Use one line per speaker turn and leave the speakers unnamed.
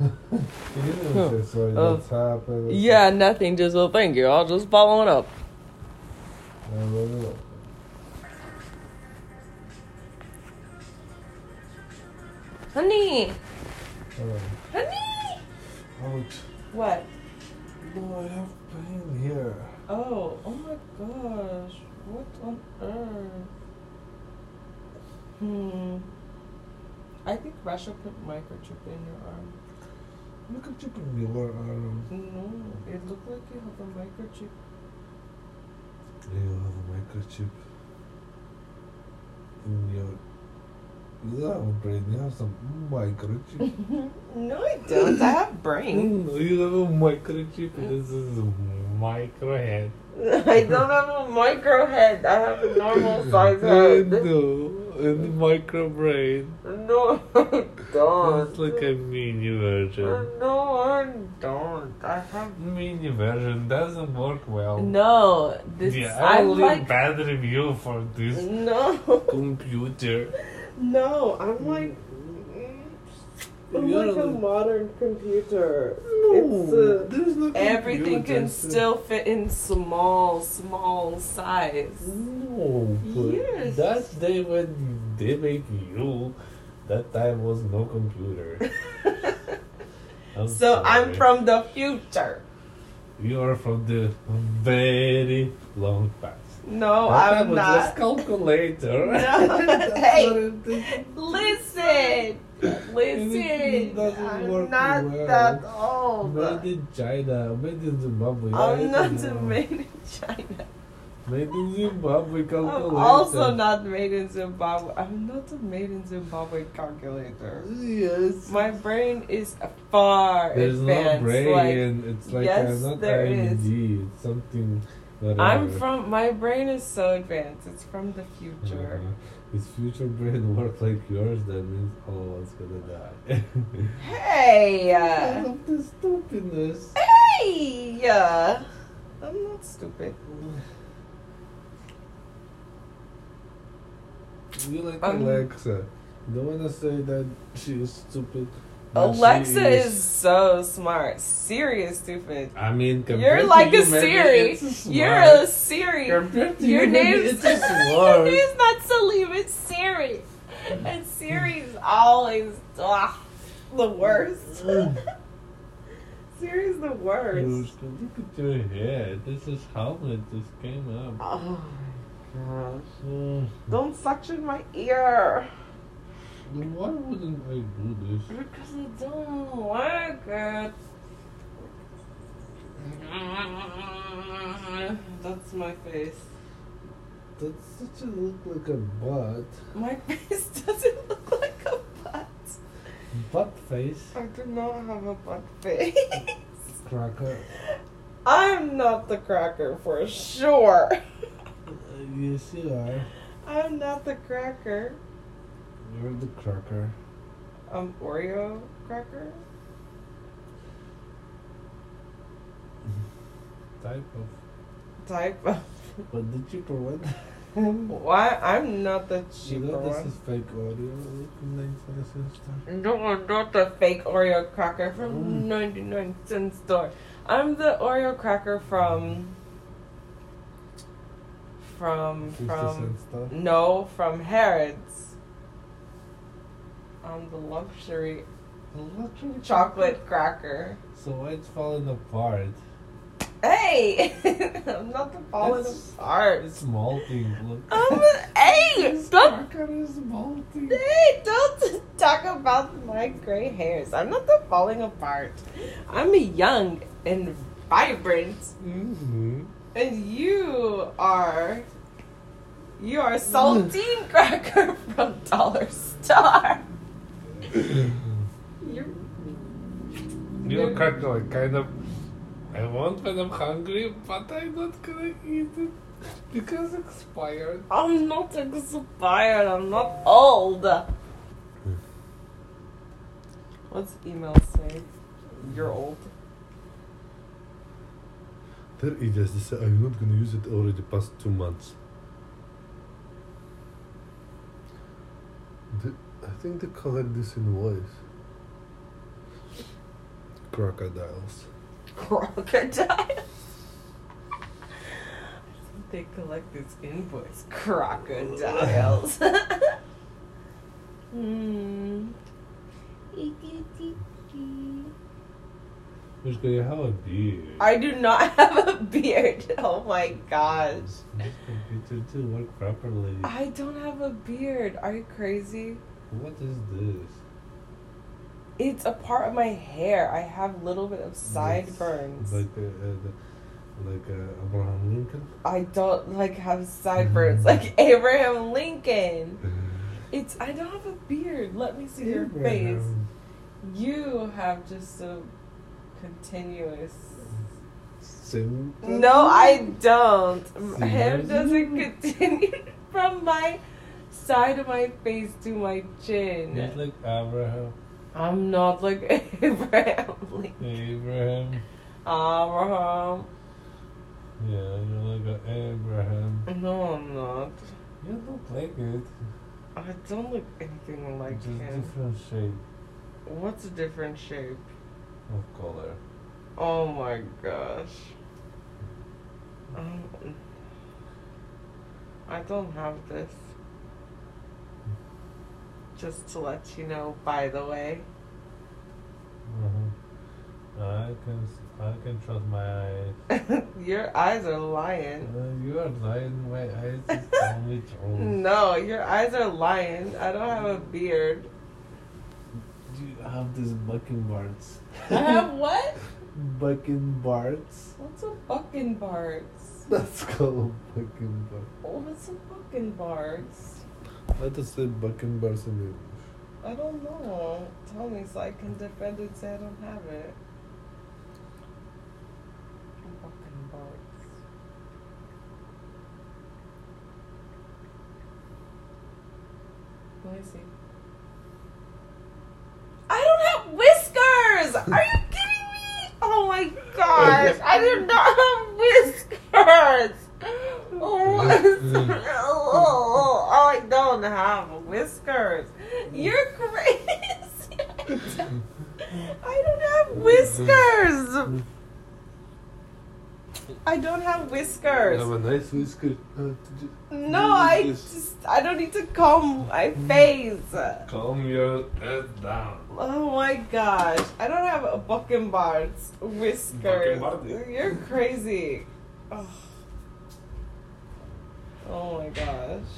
You know, just like the
Uh,
top of the-
Yeah, nothing. Just a finger. I'll just following up.
Yeah, look up.
Honey,
Hold on.
honey.
Ouch.
What?
Boy, I have pain here.
Oh, oh my gosh. What on earth? Hmm. I think Russia put microchip in your arm.
Look at you putting your arm.
No, it looked like you have a microchip.
You have a microchip in your. You don't have a brain. You have some microchip.
no, I don't. I have brain.
Mm, you have a microchip. This is a micro head.
I don't have a micro head. I have a normal size head.
I know. uh, And micro brain.
No, I
That's
don't.
like a mini version.
No, I don't. I have.
Mini version doesn't work well.
No, this.
yeah, I
I
will leave
like. Mm.
bad review for this
No.
computer.
No, I'm like. mm, I'm like a
You're-
modern computer. It's,
No,
uh,
there's no
Everything
computer.
can still fit in small, small
Mm.
size.
No, but
Yes.
that day when they make you, that time was no computer. I'm
So
sorry.
I'm from the future.
You are from the very long past.
No,
That
Oh, I'm
was just
not.
calculator.
No,
That's
hey.
what it is.
Listen, listen.
doesn't work
I'm not
well.
that old.
Made in China, made in Zimbabwe. I
I'm Oh, not
don't know.
made in China.
Made in Zimbabwe calculator.
I'm
uh,
also not made in Zimbabwe. I'm not a made in Zimbabwe calculator.
Yes.
My brain is far
There's no
advanced.
brain.
Like,
it's like
yes,
I'm not
there
IMD. It's something. Whatever.
I'm from. My brain is so advanced. It's from the future.
Uh-huh. If future brain work like yours, that means all of us gonna die.
Hey,
I
uh,
love this stupidness.
hey, uh, I'm not stupid.
You like
Um,
Alexa? Don't wanna say that she is stupid. but she
Alexa is so smart. Serious stupid.
I mean, compared
You're like
to you,
a
maybe
Siri.
it's
You're
smart.
a Siri.
Compared to
Your
you, maybe
name's
it's a
your
smart.
name's not Salim. It's Siri, and Siri's always ah, the worst. Siri's the
You
worst.
should Look at your hair. This is how it just came up.
Oh my gosh!
Mm.
Don't suction my ear
Why wouldn't I do this?
because it don't work. Good. That's my face.
That's such a look like a butt.
My face doesn't look like a butt.
Butt face.
I do not have a butt face.
Cracker.
I'm not the cracker for sure.
Uh, yes, you are.
I'm not the cracker.
You're the cracker.
I'm Oreo cracker.
Type of.
Type of.
But the cheaper one.
Why? I'm not the
you
cheaper
know, this
one.
is fake audio. Looking like my sister.
No, I'm not the fake Oreo cracker from
Mm.
99 cent store. I'm the Oreo cracker from. From.
50
From. Mm,
cent stuff.
No, from Harrods. I'm the luxury
Electric
chocolate cracker.
So why it's falling apart?
Hey, I'm not the falling
It's-
apart.
It's melting. Look.
I'm a, hey,
this
don't,
cracker is melting.
hey, don't talk about my gray hairs. I'm not the falling apart. I'm young and vibrant,
Mm-hmm.
and you are, you are saltine cracker from Dollar Star. You're
You know, crackle, I kind of. I want when I'm hungry, but I'm not gonna eat it because expired.
I'm not expired. I'm not old. What's email say? You're old.
There it is. They say, I'm not gonna use it already past two months. The, I think they collect this in voice. crocodiles.
Crocodile. they collect this invoice. Crocodiles. hmm.
Who's gonna have a beard?
I do not have a beard. Oh my gosh.
This computer to work properly.
I don't have a beard. Are you crazy?
What is this?
It's a part of my hair. I have a little bit of sideburns.
Like uh, uh, the, like uh, Abraham Lincoln.
I don't like have sideburns like Abraham Lincoln. It's I don't have a beard. Let me see your face.
Abraham.
You have just a continuous.
Sim-
No, I don't.
See,
Hair
that's-
doesn't continue from my side of my face to my
Just
chin.
like Abraham.
I'm not like Abraham Lincoln.
Abraham.
Abraham.
Yeah, you're like a Abraham.
No, I'm not.
You look like it.
I don't look anything like
Just
him.
different shape
What's a different shape?
of color.
Oh my gosh. Um, I don't have this. Just to let you know, by the way.
Uh-huh. I can s- I can trust my eyes.
your eyes are lying.
Uh, you are lying. My eyes is only true.
No, your eyes are lying. I don't have a beard.
Do you have these bucking barts?
I have what?
bucking barts.
What's a fucking bards?
That's called bucking bart.
Oh, what's a fucking bards?
What does say bucking barts in English?
I don't know. Tell me so I can defend it. Say I don't have it. Fucking barks. Let me see. I don't have whiskers. Are you kidding me? Oh my gosh! I do not have whiskers. Oh, oh, oh, I don't have whiskers. You're crazy. I don't, I don't have whiskers. I don't have
I have
whiskers.
a nice whisker. Uh, j-
No, I just I don't need to comb my face.
calm your head down.
Oh my gosh. I don't have a bucking bards
Bucking
whiskers.
bard.
You're crazy. Ugh. Oh my gosh.